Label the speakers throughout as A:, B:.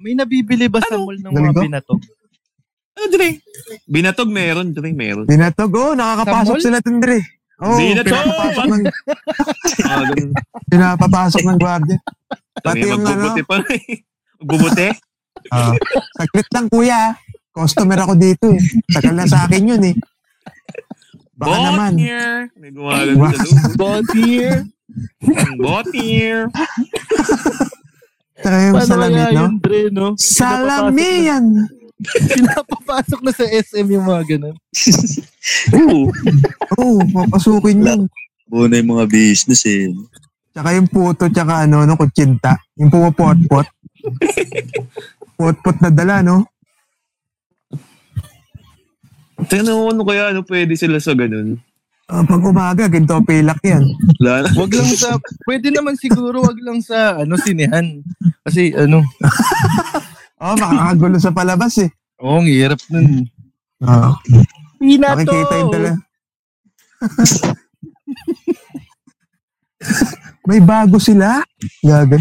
A: May nabibili ba sa
B: Ano?
A: mall ng mga
C: Naligo?
A: binatog?
B: Ano, Dre? Binatog meron, Dre, meron.
C: Binatog, oh,
A: Sa
C: nakakapasok
A: mall?
C: sila dun, Dre. Oh,
B: Binatog!
C: pinapapasok ng,
B: Ah, ganun.
C: pinapapasok ng gwardiya. Pati
B: Tangi,
C: yung ano?
B: magbubuti pa rin. Magbubuti?
C: Ah, saglit lang, kuya. Customer ako dito eh. Tagal na sa akin yun eh. Baka
B: Bot
C: naman.
B: here. May gumagano sa
C: Baka-
B: loob.
A: Bodier?
B: Bot here.
C: Tsaka yung
A: Paano
C: salamin,
A: kaya
C: no?
A: yung Dre, no?
C: Salamian!
A: Pinapapasok na sa SM yung mga ganun.
B: Oo.
C: Oo, oh, papasukin yun.
D: Buo na yung mga business eh.
C: Tsaka yung puto, tsaka ano, no, kutsinta. Yung pumapot-pot. Pot-pot na dala, no?
B: Tingnan mo ano kaya ano pwede sila sa ganun.
C: Ah, pag umaga, ginto pilak yan.
B: Wala na.
A: Wag lang sa, pwede naman siguro wag lang sa, ano, sinehan. Kasi, ano,
C: Oo, oh, makakagulo sa palabas eh. Ah.
A: oo, ang hirap nun.
C: Oo.
A: Pinato!
C: makikita yung dala. May bago sila? Gaga.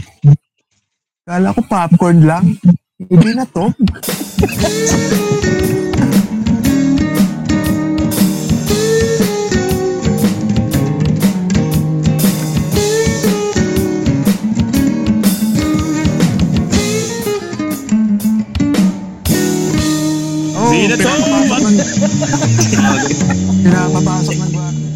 C: Kala ko popcorn lang. Hindi na to. Oh,
B: Hindi na to.
C: Oh,
B: Ah,
C: pinapapasok ng- Pinapapasok ng bago.